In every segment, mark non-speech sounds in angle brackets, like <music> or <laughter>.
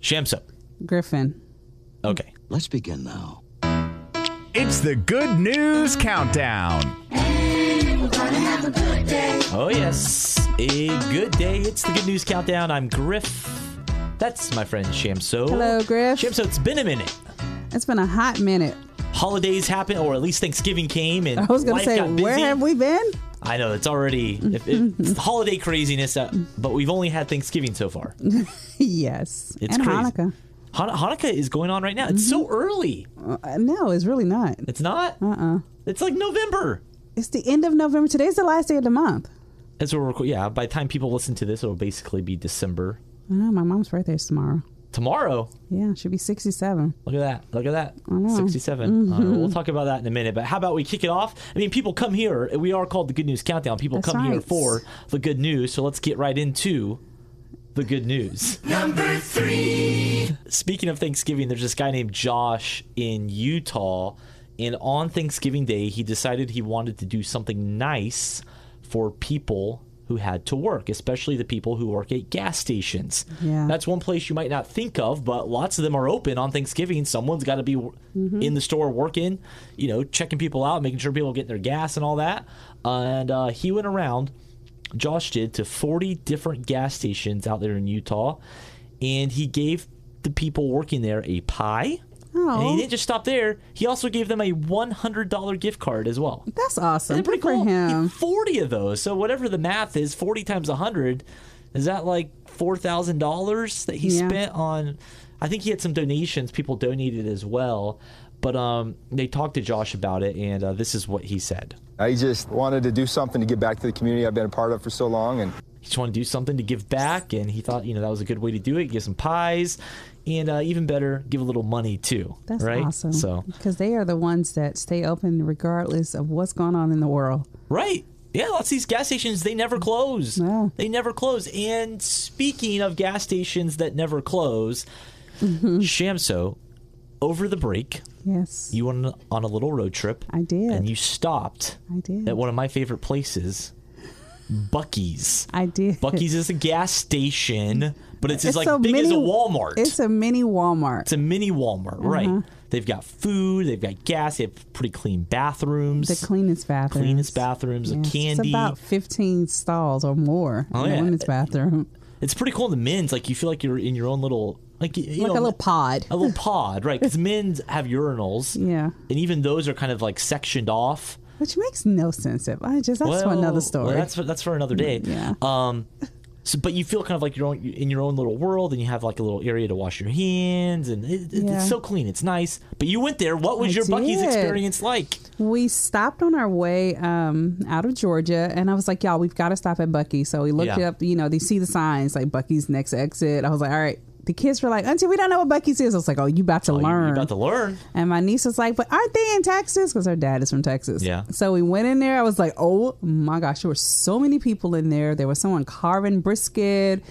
Shamsa. Griffin. Okay. Let's begin now. It's the good news countdown. Oh, yes. A good day. It's the Good News Countdown. I'm Griff. That's my friend Shamso. Hello, Griff. Shamso, it's been a minute. It's been a hot minute. Holidays happened, or at least Thanksgiving came, and I was gonna life say, got busy. where have we been? <laughs> I know it's already if, if, it's holiday craziness, uh, but we've only had Thanksgiving so far. yes. It's and crazy. Hanukkah. Mm-hmm. Han- Hanukkah is going on right now. It's so early. Uh, no, it's really not. It's not. Uh Uh-uh. uh It's like November. It's the end of November. Today's the last day of the month. That's what we're reco- yeah. By the time people listen to this, it'll basically be December I know my mom's birthday is tomorrow. tomorrow. Yeah, she'll be 67. Look at that. Look at that. 67. Mm-hmm. All right, we'll talk about that in a minute. But how about we kick it off? I mean, people come here. We are called the Good News Countdown. People That's come here right. for the good news. So let's get right into the good <laughs> news. Number three. Speaking of Thanksgiving, there's this guy named Josh in Utah. And on Thanksgiving Day, he decided he wanted to do something nice for people who had to work, especially the people who work at gas stations. Yeah. That's one place you might not think of, but lots of them are open on Thanksgiving. Someone's got to be w in the store working, you know, checking people out, making sure people are getting their gas and all that. and uh, he went around, Josh did, to 40 different gas stations out there in Utah. And he gave the people working there a pie. And Oh. he didn't just stop there. He also gave them a $100 gift card as well. That's awesome. Isn't that Good for cool? him. 40 of those. So whatever the math is, 40 times 100, is that like $4,000 that he Yeah. spent on I think he had some donations people donated as well. But um, they talked to Josh about it, and uh, this is what he said. I just wanted to do something to give back to the community I've been a part of for so long. And He just wanted to do something to give back, and he thought, you know, that was a good way to do it. Give some pies, and uh, even better, give a little money too. That's right? awesome. So Because they are the ones that stay open regardless of what's going on in the world. Right. Yeah, lots of these gas stations, they never close. Wow. They never close. And speaking of gas stations that never close, Mm-hmm. Shamso, over the break, Yes. you went on a little road trip. I did. And you stopped I did. at one of my favorite places, <laughs> Bucky's. I did. Bucky's is a gas station, but it's as It's like so big as a many- Walmart. It's Uh-huh. a mini Walmart. It's a mini Walmart, right? They've got food, they've got gas, they have pretty clean bathrooms. the cleanest bathroom. cleanest bathrooms, a It's candy. about 15 stalls or more Oh, in the yeah. women's bathroom. It's pretty cool. in The men's like you feel like you're in your own little like you Like know, a little pod. a little pod, right? Because men's have urinals, <laughs> Yeah. and even those are kind of like sectioned off. Which makes no sense. If I just, that's for Well, another well, story. Mm, that's for, that's for another day. Yeah. Um, so but you feel kind of like your own in your own little world, and you have like a little area to wash your hands, and it, it- Yeah. it's so clean. It's nice. But you went there. What was I your Bucky's did. experience like? we stopped on our way um, out of Georgia, and I was like, "Y'all, we've got to stop at Bucky." So we looked Yeah. up. You know, they see the signs like Bucky's next exit. I was like, "All right." The kids were like, "Auntie, we don't know what Bucky's is." I was like, "Oh, you about to Oh, you- learn?" You're about to learn. and my niece was like, "But aren't they in Texas?" Because her dad is from Texas. Yeah. So we went in there. I was like, "Oh my gosh, there were so many people in there. There was someone carving brisket."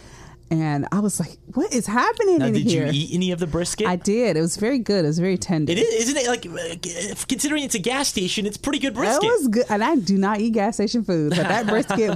And I was like, "What is happening Now, in did here?" you eat any of the brisket? I did. It was very good. It was very tender. It is, isn't it? Like uh, considering it's a gas station, it's pretty good brisket. That was good, and I do not eat gas station food, but that brisket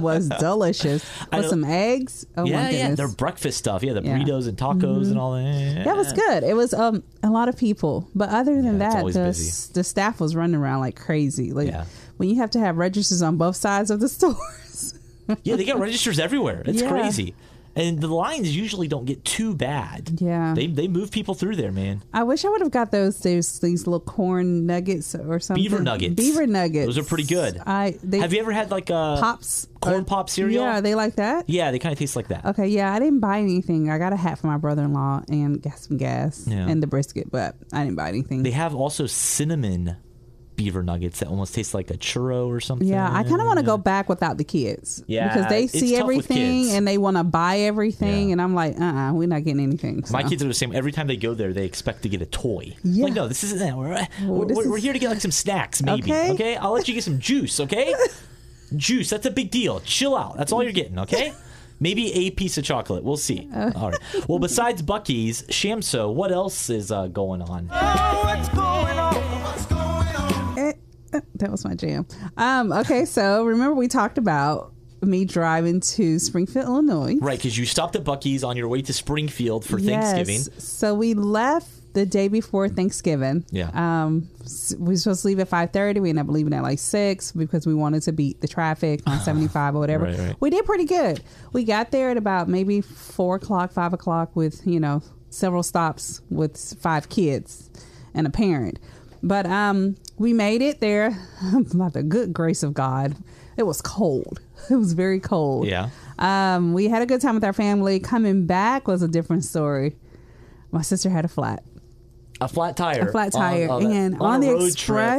<laughs> was delicious I with know- some eggs. Oh yeah, yeah, my goodness, their breakfast stuff. Yeah, the Yeah. Mm-hmm. burritos and tacos and all that. that was good. It was um a lot of people, but other than Yeah, it's that, always the busy. s- the staff was running around like crazy. Like Yeah. when you have to have registers on both sides of the <laughs> stores. Yeah, they got registers everywhere. It's Yeah. crazy. And the lines usually don't get too bad. Yeah. They, they move people through there, man. I wish I would have got those those these little corn nuggets or something. Beaver nuggets. Beaver nuggets. Those are pretty good. I they Have you ever had like a pops corn or- pop cereal? Yeah, are they Uh, like that. Yeah, they kind of taste like that. Okay, yeah, I didn't buy anything. I got a hat for my brother in law and got some gas Yeah. and the brisket, but I didn't buy anything. They have also cinnamon beaver nuggets that almost taste like a churro or something. yeah, I kind of want to go back without the kids. Mm-hmm. Yeah, because they it's see tough with everything kids. and they want to buy everything, Yeah. and I'm like, uh, uh-uh, uh, we are not getting anything. My so. kids are the same. Every time they go there, they expect to get a toy. Yeah. Like, no, this isn't that. We're, we're, this we're is- here to get like some snacks, maybe. Okay. Okay. I'll let you get <laughs> some juice, okay? juice, that's a big deal. Chill out. That's all you're getting, <laughs> okay? Maybe a piece of chocolate. We'll see. Oh. All right. Well, besides Bucky's, Shamso, what else is uh, going on? Eh, eh, that was my jam. Um, okay, so remember we talked about me driving to Springfield, Illinois. Right, because you stopped at Bucky's on your way to Springfield for Yes. Thanksgiving. So we left the day before Thanksgiving. Yeah. Um, s- we were supposed to leave at five thirty. We ended up leaving at like six because we wanted to beat the traffic <sighs> on seventy five or whatever. Right, right. We did pretty good. We got there at about maybe four o'clock, five o'clock, with you know several stops with s- five kids and a parent. But um, we made it there <laughs> by the good grace of God. It was cold. It was very cold. Yeah. Um, we had a good time with our family. Coming back was a different story. My sister had a flat, A flat tire. a flat on- tire, on a- and on, a the road trip where you're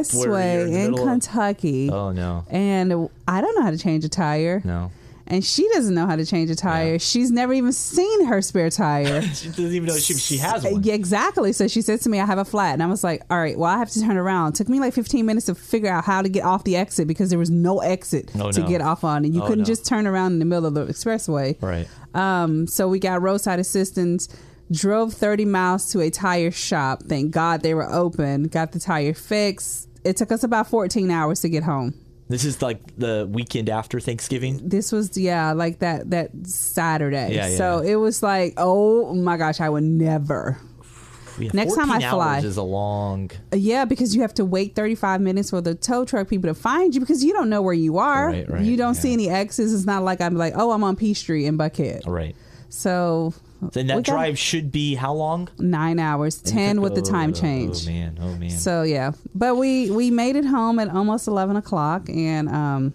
the expressway in middle of- Kentucky. Oh, no. And I don't know how to change a tire. No. And she doesn't know how to change a tire. She's never even seen her spare tire. She doesn't even know she, <laughs> she has one. Uh, Yeah, exactly. So she said to me, I have a flat. And I was like, all right, well, I have to turn around. took me like 15 minutes to figure out how to get off the exit because there was no exit Oh, to no. get off on. And you Oh, couldn't no. just turn around in the middle of the expressway. Right. Um, so we got roadside assistance, drove 30 miles to a tire shop. Thank God they were open, got the tire fixed. It took us about 14 hours to get home. This is like the weekend after Thanksgiving. This was yeah, like that that Saturday. Yeah, yeah. So it was like, oh my gosh, I would never. Yeah, Next time I 14 fly. hours is a long. Yeah, because you have to wait 35 minutes for the tow truck people to find you because you don't know where you are. Right, right, you don't yeah. see any X's. It's not like I'm like, oh, I'm on Peachtree in Buckhead. Right. So Then we that got drive should be how long? nine hours, 10 with the time Oh, change. Oh man. Oh man. So yeah, but we we made it home at almost 11 o'clock, and um,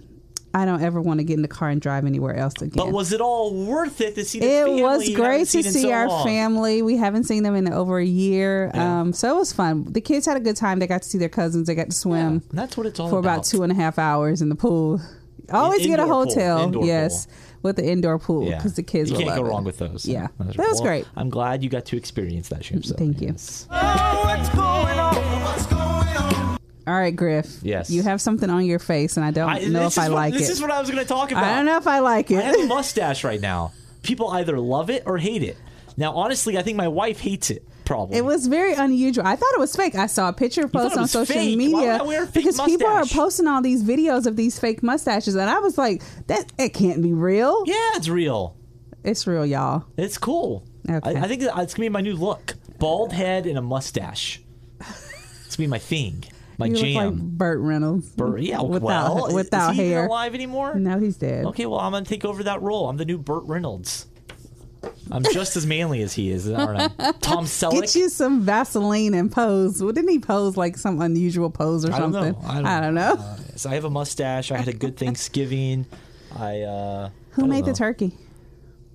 I don't ever want to get in the car and drive anywhere else again. but was it all worth it to see the it family was you haven't great to seen in see so our long? family. We haven't seen them in over a year, Yeah. um, so it was fun. The kids had a good time. They got to see their cousins. They got to Yeah, swim. and that's what it's all for about two and a half hours in the pool. Always get a indoor pool, hotel, indoor yes, with the indoor pool because the kids you will can't love go it. wrong with those. Yeah, That's- that was well, great. I'm glad you got to experience that ship. So, Thank you. All right, Griff. Yes. you have something on your face, and I don't I know this if I is what- like This it. is what I was going to talk about. I don't know if I like I <laughs> have a it. mustache right now. People either love it or hate it. Now, honestly, I think my wife hates it. Probably. It was very unusual. I thought it was fake. I saw a picture thought post it on was social fake? Why would media I wear a fake because people are mustache? posting all these videos of these fake mustaches, and I was like, "That it can't be real. Yeah, it's real. It's real, y'all." It's cool. Okay. I, I think that- it's gonna be my new look: bald head and a mustache. it's gonna be my thing, my You look like jam. Burt Reynolds. Bur- yeah, without well, <laughs> without is he hair. even alive anymore? No, he's dead. Okay, well, I'm gonna take over that role. I'm the new Burt Reynolds. I'm just as manly as he is, aren't <laughs> I? Tom Selleck. Get you some Vaseline and pose. Well, didn't he pose like some unusual pose or I don't something? know. I don't, know. Uh, so I have a mustache. I had a good Thanksgiving. I uh I Who don't made know. the turkey?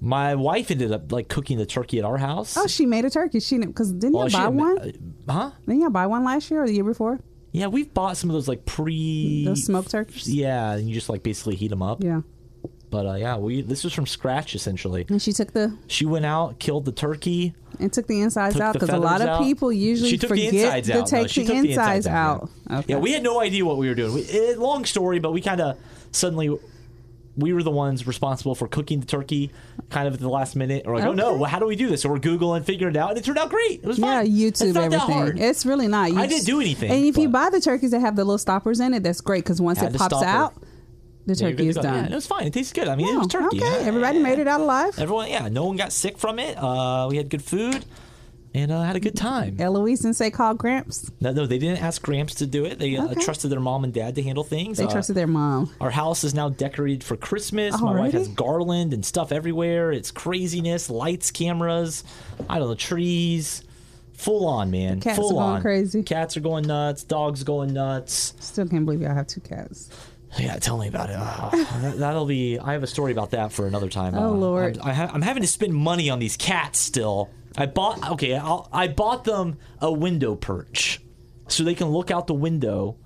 My wife ended up like cooking the turkey at our house. Oh, she made a turkey. She because didn't Well, you she buy didn't- one? uh, huh? didn't you buy one last year or the year before? Yeah, we've bought some of those like pre Those smoked turkeys. Yeah, and you just like basically heat them up. Yeah. But uh, yeah, we this was from scratch essentially. And she took the She went out, killed the turkey. and took the insides took out the because a feathers lot of out. people usually she took forget the insides to out. take No, she the, took insides out. out. Okay. Yeah, we had no idea what we were doing. We, it, long story, but we kind of suddenly we were the ones responsible for cooking the turkey, kind of at the last minute. We're like, oh no, Okay. well, how do we do this? So we're googling, figuring it out, and it turned out great. It was yeah, fun. YouTube it's not everything. That hard. It's really not. You I didn't do anything, And if you buy but- the turkeys that have the little stoppers in it, that's great because once Had it the pops stopper. out, the Yeah, you're good turkey is to go. Yeah, done. it was fine. It tastes good. I mean, it was Oh, turkey. Okay, Yeah. everybody made it out alive. Everyone, yeah, no one got sick from it. Uh, we had good food and uh, had a good time. Eloise and say call Gramps. No, no, they didn't ask Gramps to do it. They uh, Okay. trusted their mom and dad to handle things. They Uh, trusted their mom. Our house is now decorated for Christmas. My wife Already? has garland and stuff everywhere. It's craziness, lights, cameras, I don't know, trees. Full on, man. cats Full are going on. crazy. Cats are going nuts. Dogs going nuts. Still can't believe y'all have two cats. Yeah, tell me about it. Ah, that, that'll be. I have a story about that for another time. Uh, Oh, Lord. I'm, I ha- I'm having to spend money on these cats still. I bought. Okay, I'll, I bought them a window perch, so they can look out the window.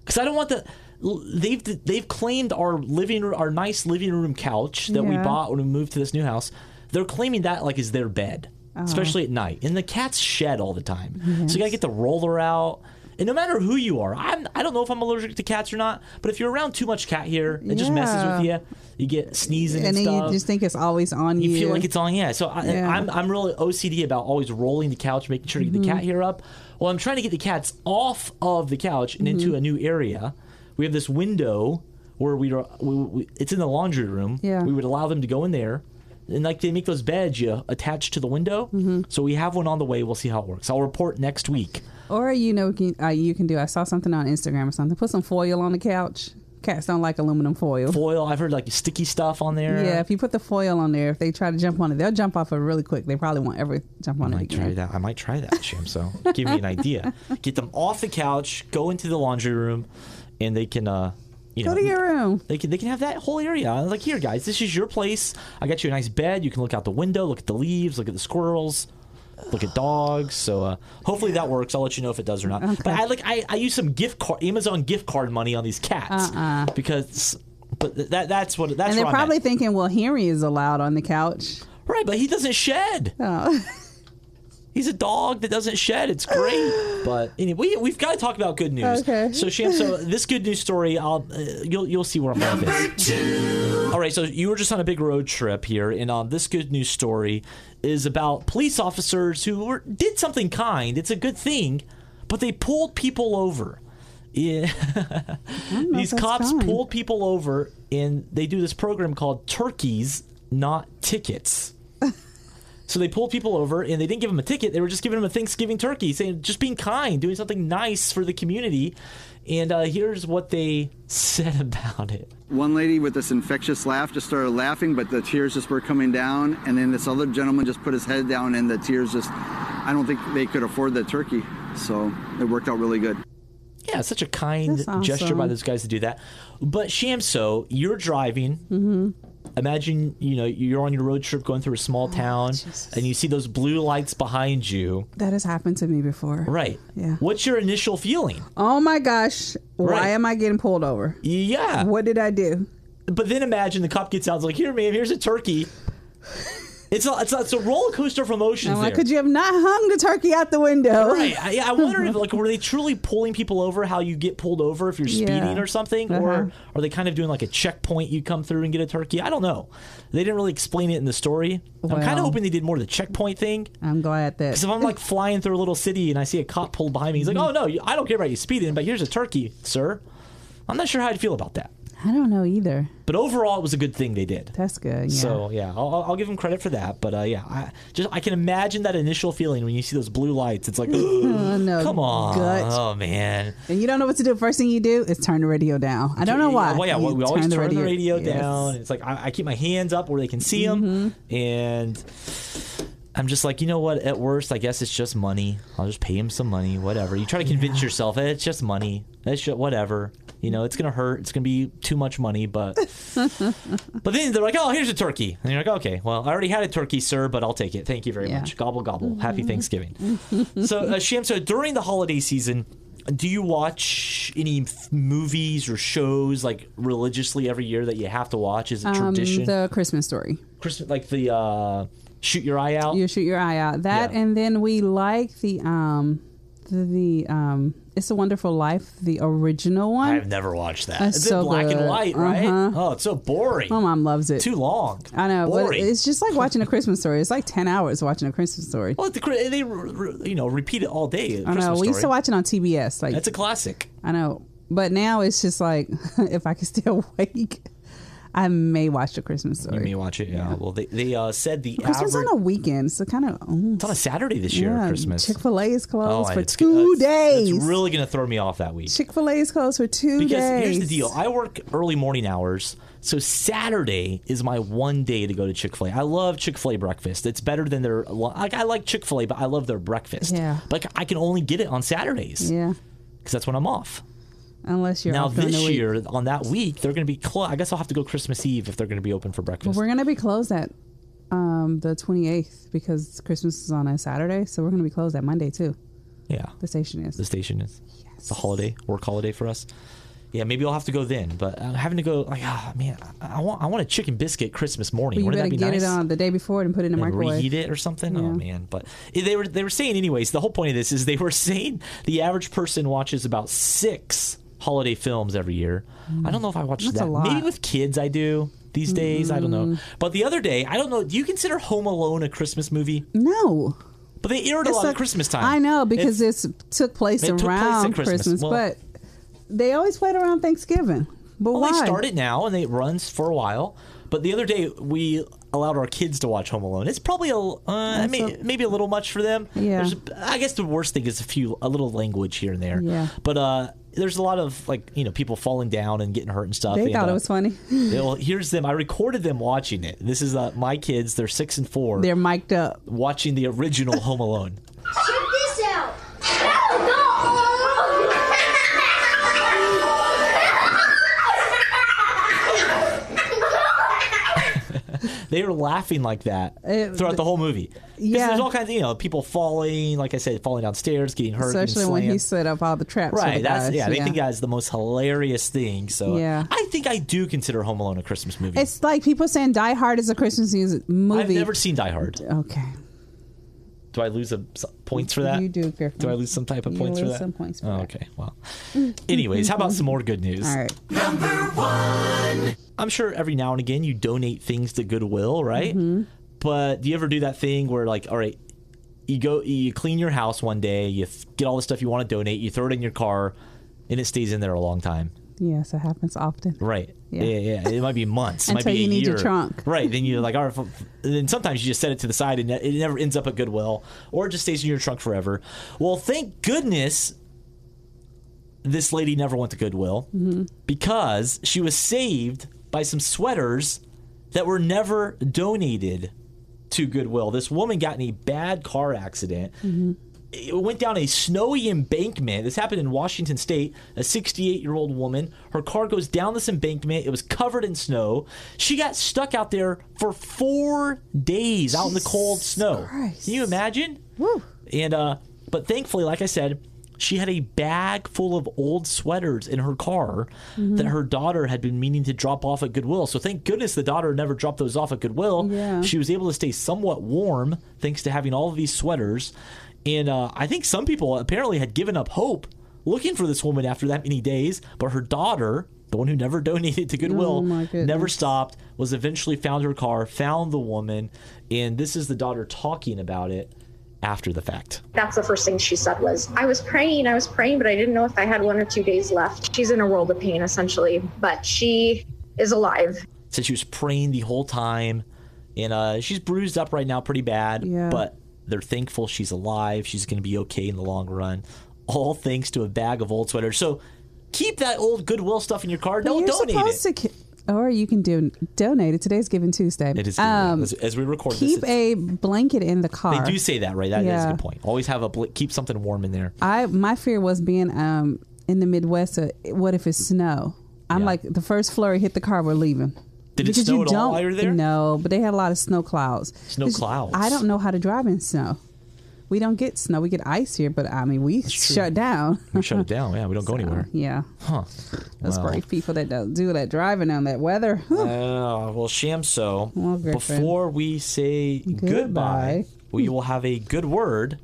Because I don't want the. l- They've they've claimed our living room, our nice living room couch that we Yeah. bought when we moved to this new house. They're claiming that like is their bed, Oh. especially at night. And the cats shed all the time, so you gotta get the roller out. And no matter who you are, I'm I don't know if I'm allergic to cats or not. But if you're around too much cat here, it just messes with Yeah. you. You get sneezing and, And then stuff. you just think it's always on you. You feel like it's on, yeah. So I, Yeah. I'm I'm really OCD about always rolling the couch, making sure to get the Mm-hmm. cat hair up. Well, Mm-hmm. I'm trying to get the cats off of the couch and into a new area. We have this window where we, were- we, we it's in the laundry room. Yeah. We would allow them to go in there. And like they make those beds you attach to the window. Mm-hmm. So we have one on the way. We'll see how it works. I'll report next week. Or you know, you can, uh, you can do. I saw something on Instagram or something. Put some foil on the couch. Cats don't like aluminum foil. Foil. I've heard like sticky stuff on there. Yeah, if you put the foil on there, if they try to jump on it, they'll jump off it really quick. They probably won't ever jump on I it might try again. that. I might try that, Sham. So give me an <laughs> idea. Get them off the couch, go into the laundry room, and they can, uh, you Go know, to your room. they can they can have that whole area. I'm Like here, guys, this is your place. I got you a nice bed. You can look out the window, look at the leaves, look at the squirrels, look at dogs. So uh, hopefully that works. I'll let you know if it does or not. But I like I, I use some gift card Amazon gift card money on these cats Uh-uh. because. But th- that that's what that's And they're where I'm at. probably thinking, well, Henry is allowed on the couch. right. But he doesn't shed. Oh. <laughs> He's a dog that doesn't shed. It's great. but anyway, we, we've got to talk about good news. Okay. So, Sham, so this good news story, I'll uh, you'll you'll see where I'm going. with this. All right. So you were just on a big road trip here, and um, this good news story is about police officers who were, did something kind. It's a good thing, but they pulled people over. Yeah. know These if that's cops fine. pulled people over, and they do this program called Turkeys, Not Tickets. So they pulled people over and they didn't give them a ticket. They were just giving them a Thanksgiving turkey, saying just being kind, doing something nice for the community. And uh, here's what they said <laughs> about it. One lady with this infectious laugh just started laughing, but the tears just were coming down. And then this other gentleman just put his head down, and the tears just, I don't think they could afford the turkey. So it worked out really good. Yeah, such a kind That's gesture by awesome. those guys to do that. But Shamso, you're driving. Mm-hmm. Imagine you know you're on your road trip going through a Oh, small town, and you see those blue lights behind you. That has happened to me before. Right. Yeah. What's your initial feeling? Oh my gosh. Why Right. am I getting pulled over? Yeah. What did I do? But then imagine the cop gets out, and like, "Here, ma'am, here's a turkey." It's a, it's a, it's a roller coaster of emotions. I'm like, there. could you have not hung the turkey out the window? Right. I, I wonder <laughs> if like were they truly pulling people over? How you get pulled over if you're Yeah. speeding or something, Uh-huh. or are they kind of doing like a checkpoint? You come through and get a turkey. I don't know. They didn't really explain it in the story. I'm kind Well. of hoping they did more of the checkpoint thing. I'm glad that. Because if I'm <laughs> like flying through a little city and I see a cop pulled behind me, he's like, "Oh Mm-hmm. no, you- I don't care about you speeding, but here's a turkey, sir." I'm not sure how I'd feel about that. I don't know either. But overall, it was a good thing they did. That's good. Yeah. So yeah, I'll, I'll- I'll give him credit for that. But uh, yeah, I just I can imagine that initial feeling when you see those blue lights. It's like, <gasps> Oh, no, come on, gut. oh man. And you don't know what to do. First thing you do is turn the radio down. I don't know why. Well, yeah, You well, we always turn the radio, down. It's like I, I keep my hands up where they can see them, Mm-hmm. and I'm just like, you know what? At worst, I guess it's just money. I'll just pay him some money, whatever. You try to convince yourself, eh, it's just money. It's just whatever. You know, it's gonna hurt. It's gonna be too much money, <laughs> but but then they're like, oh, here's a turkey, and you're like, okay, well, I already had a turkey, sir, but I'll take it. Thank you very Yeah. Mm-hmm. much. Gobble gobble. Happy Thanksgiving. so, uh, Sham, so during the holiday season, do you watch any f- movies or shows like religiously every year that you have to watch? Is it Um, tradition? the Christmas story. Christmas, like the uh, shoot your eye out. You shoot your eye out. That Yeah. and then we like the um the, the um It's a Wonderful Life, the original one. I've never watched that. That's It's in so black and good. white, right? Uh-huh. Oh, it's so boring. My mom loves it. Too long. I know, but Boring. it's just like watching a Christmas story. It's like ten hours watching a Christmas story. <laughs> well, the, Chri- they re- re- you know repeat it all day. I know. Christmas We used to story. watch it on TBS. Like That's a classic. I know, but now it's just like <laughs> if I can stay awake, I may watch the Christmas story. You may watch it. Yeah. Well, they they uh, said the Christmas average. on a weekend, so kind of It's on a Saturday this year. Christmas. Oh, Chick Fil A is closed for it's- two it's- days. It's really gonna throw me off that week. Chick Fil A is closed for two Because days. here's the deal. I work early morning hours, so Saturday is my one day to go to Chick Fil A. I love Chick Fil A breakfast. It's better than their lu- like. I like Chick Fil A, but I love their breakfast. Yeah. Like I can only get it on Saturdays Yeah, because that's when I'm off. unless you're now off during this the week. year on that week they're gonna be. Cl- I guess I'll have to go Christmas Eve if they're gonna be open for breakfast. we're gonna be closed at um, the 28th because Christmas is on a Saturday, so we're gonna be closed at Monday too. yeah. The station is. the station is. It's a holiday, work holiday for us. Yeah, maybe I'll have to go then. But I'm having to go. Like, oh man, I I want I want a chicken biscuit Christmas morning. But you Wouldn't better that be get nice? it on the day before and put it in the and microwave. reheat it or something. Yeah. Oh man! But they were they were saying anyways. The whole point of this is they were saying the average person watches about six holiday films every year. I don't know if I watch That's a that. lot. Maybe with kids I do these days. I don't know. But the other day I don't know. Do you consider Home Alone a Christmas movie? No, But they aired a lot It's at a- Christmas time. I know because this took place it took place at around Christmas. Christmas, Well- but they always played around Thanksgiving. But well, why? they start it now and they it runs for a while. But the other day we allowed our kids to watch Home Alone. It's probably a l- uh, may, a- maybe a little much for them. Yeah. There's, I guess the worst thing is a few a little language here and there. Yeah. But uh, there's a lot of like you know people falling down and getting hurt and stuff. They and, thought uh, it was funny. yeah, well, here's them. I recorded them watching it. This is uh, my kids. They're six and 4 They're mic'd up. watching the original Home Alone. <laughs> Check this out. No, <laughs> no. They are laughing like that It- throughout the whole movie. 'Cause Uh, Yeah. there's all kinds of you know people falling. Like I said, falling downstairs, getting hurt, getting Especially when slammed. he set up all the traps. for Right, the that's guys. yeah, They think that is the most hilarious thing. So uh, Yeah. I think I do consider Home Alone a Christmas movie. It's like people saying Die Hard is a Christmas music movie. I've never seen Die Hard. okay. Do I lose a, some points for that? You do, Griffin. Do I lose some type of You points for lose that? some points for oh, that. Okay. Well. Anyways, how about some more good news? All right. I'm sure every now and again you donate things to Goodwill, right? Mm-hmm. But do you ever do that thing where like, all right, you go, you clean your house one day, you f- get all the stuff you want to donate, you throw it in your car, and it stays in there a long time. Yes, it happens often. Right. Yeah. Yeah. yeah, It might be months. it might Until be a you need your year. trunk. Right. Then you're like, all right. f- f- and Then sometimes you just set it to the side and it never ends up at Goodwill or it just stays in your trunk forever. Well, thank goodness this lady never went to Goodwill Mm-hmm. because she was saved by some sweaters that were never donated to Goodwill. This woman got in a bad car accident it went down a snowy embankment. This happened in Washington State. A 68 year old woman, her car goes down this embankment. It was covered in snow. She got stuck out there for four days out in the cold snow. Christ. Can you imagine? Woo. And uh, but thankfully, like I said, she had a bag full of old sweaters in her car that her daughter had been meaning to drop off at Goodwill. So thank goodness the daughter never dropped those off at Goodwill. Yeah. She was able to stay somewhat warm thanks to having all of these sweaters. And uh, I think some people apparently had given up hope looking for this woman after that many days, but her daughter. The one who never <laughs> donated to Goodwill Oh my never goodness. stopped, was eventually found her car, found the woman, and this is the daughter talking about it after the fact. that's the first thing she said was i was praying i was praying but i didn't know if i had one or two days left she's in a world of pain essentially but she is alive Said she was praying the whole time, and uh, she's bruised up right now pretty bad, Yeah. but they're thankful she's alive. She's going to be okay in the long run, all thanks to a bag of old sweaters. So keep that old Goodwill stuff in your car. Don't You're donate it. supposed to. Ki- or you can do donate it. Today's Giving Tuesday. it is Um, as, as we record keep this. it's- a blanket in the car. they do say that, right? That is a Yeah. good point. Always have a bl- keep something warm in there. I my fear was being um in the Midwest. Uh, what if it's snow? I'm Yeah. like the first flurry hit the car, we're leaving. Did it Because snow you at all don't- while you were there? No, but they had a lot of snow clouds. Snow Because clouds. I don't know how to drive in snow. We don't get snow. We get ice here, but I mean we <laughs> shut down. We shut it down. Yeah, we don't <laughs> go anywhere. yeah, Huh. those Wow. brave people that don't do that driving on that weather. <laughs> Whew. Uh, well, Shamso, Well, Griffin. before we say goodbye, Goodbye. we will have a good word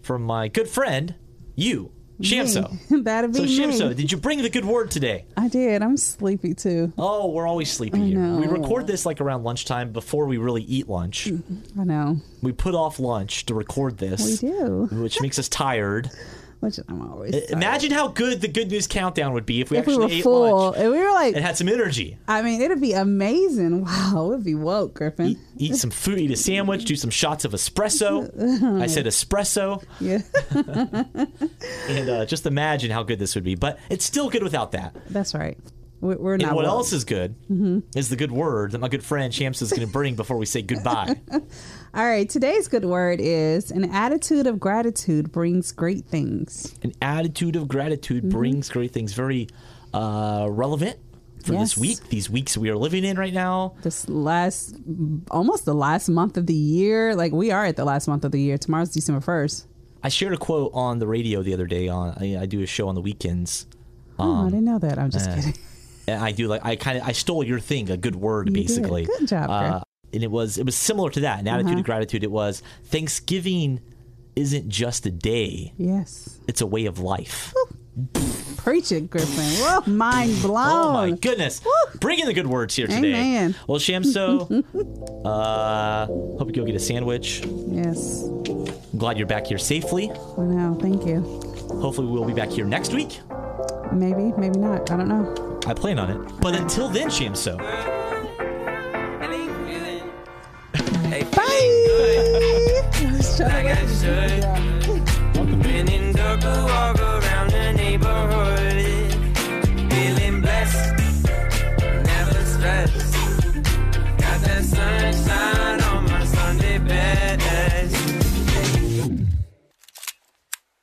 from my good friend, you, Shamso. That'd So, be me. Shamso, did you bring the good word today? I did. I'm sleepy too. Oh, we're always sleepy here. We know. record this like around lunchtime before we really eat lunch. I know. We put off lunch to record We this. do. Which makes us tired. Which I'm always. sorry. Imagine how good the good news countdown would be if we if we actually were ate full. lunch If we were like and had some energy. I mean, it'd be amazing. <laughs> Wow, it'd be woke, Griffin. eat, eat some food, eat a sandwich, do some shots of <laughs> Oh, espresso. I said espresso, Yeah, <laughs> and uh, just imagine how good this would be. But it's still good without that. that's right. We're, we're And not. what woke. else is good Mm-hmm. is the good word that my good friend Shams is going to bring before we say <laughs> goodbye. All right, today's good word is an attitude of gratitude brings great things. An attitude of gratitude Mm-hmm. brings great things. Very uh, relevant for this Yes. week, these weeks we are living in right now. This last, almost the last month of the year. Like we are at the last month of the year. Tomorrow's December first. I shared a quote on the radio the other day. On I, I do a show on the weekends. oh, I didn't know that. I'm Um, just kidding. <laughs> And I do like I kind of I stole your thing, a good word, did. basically. Good job, Uh-huh. Uh, Griff. and it was it was similar to that. An attitude of gratitude. It was Thanksgiving isn't just a day; Yes, it's a way of life. preach it, Griffin. <laughs> Whoa, mind blown. Oh my goodness! Bringing the good words here today. Amen. Well, Shamso, uh, hope you go get a sandwich. Yes, I'm glad you're back here safely. I know. Thank you. Hopefully, we'll be back here next week. <laughs> Maybe, maybe not. I don't know. <laughs> I plan on it. But until then, Shamso. Bye. I was trying to get- Should.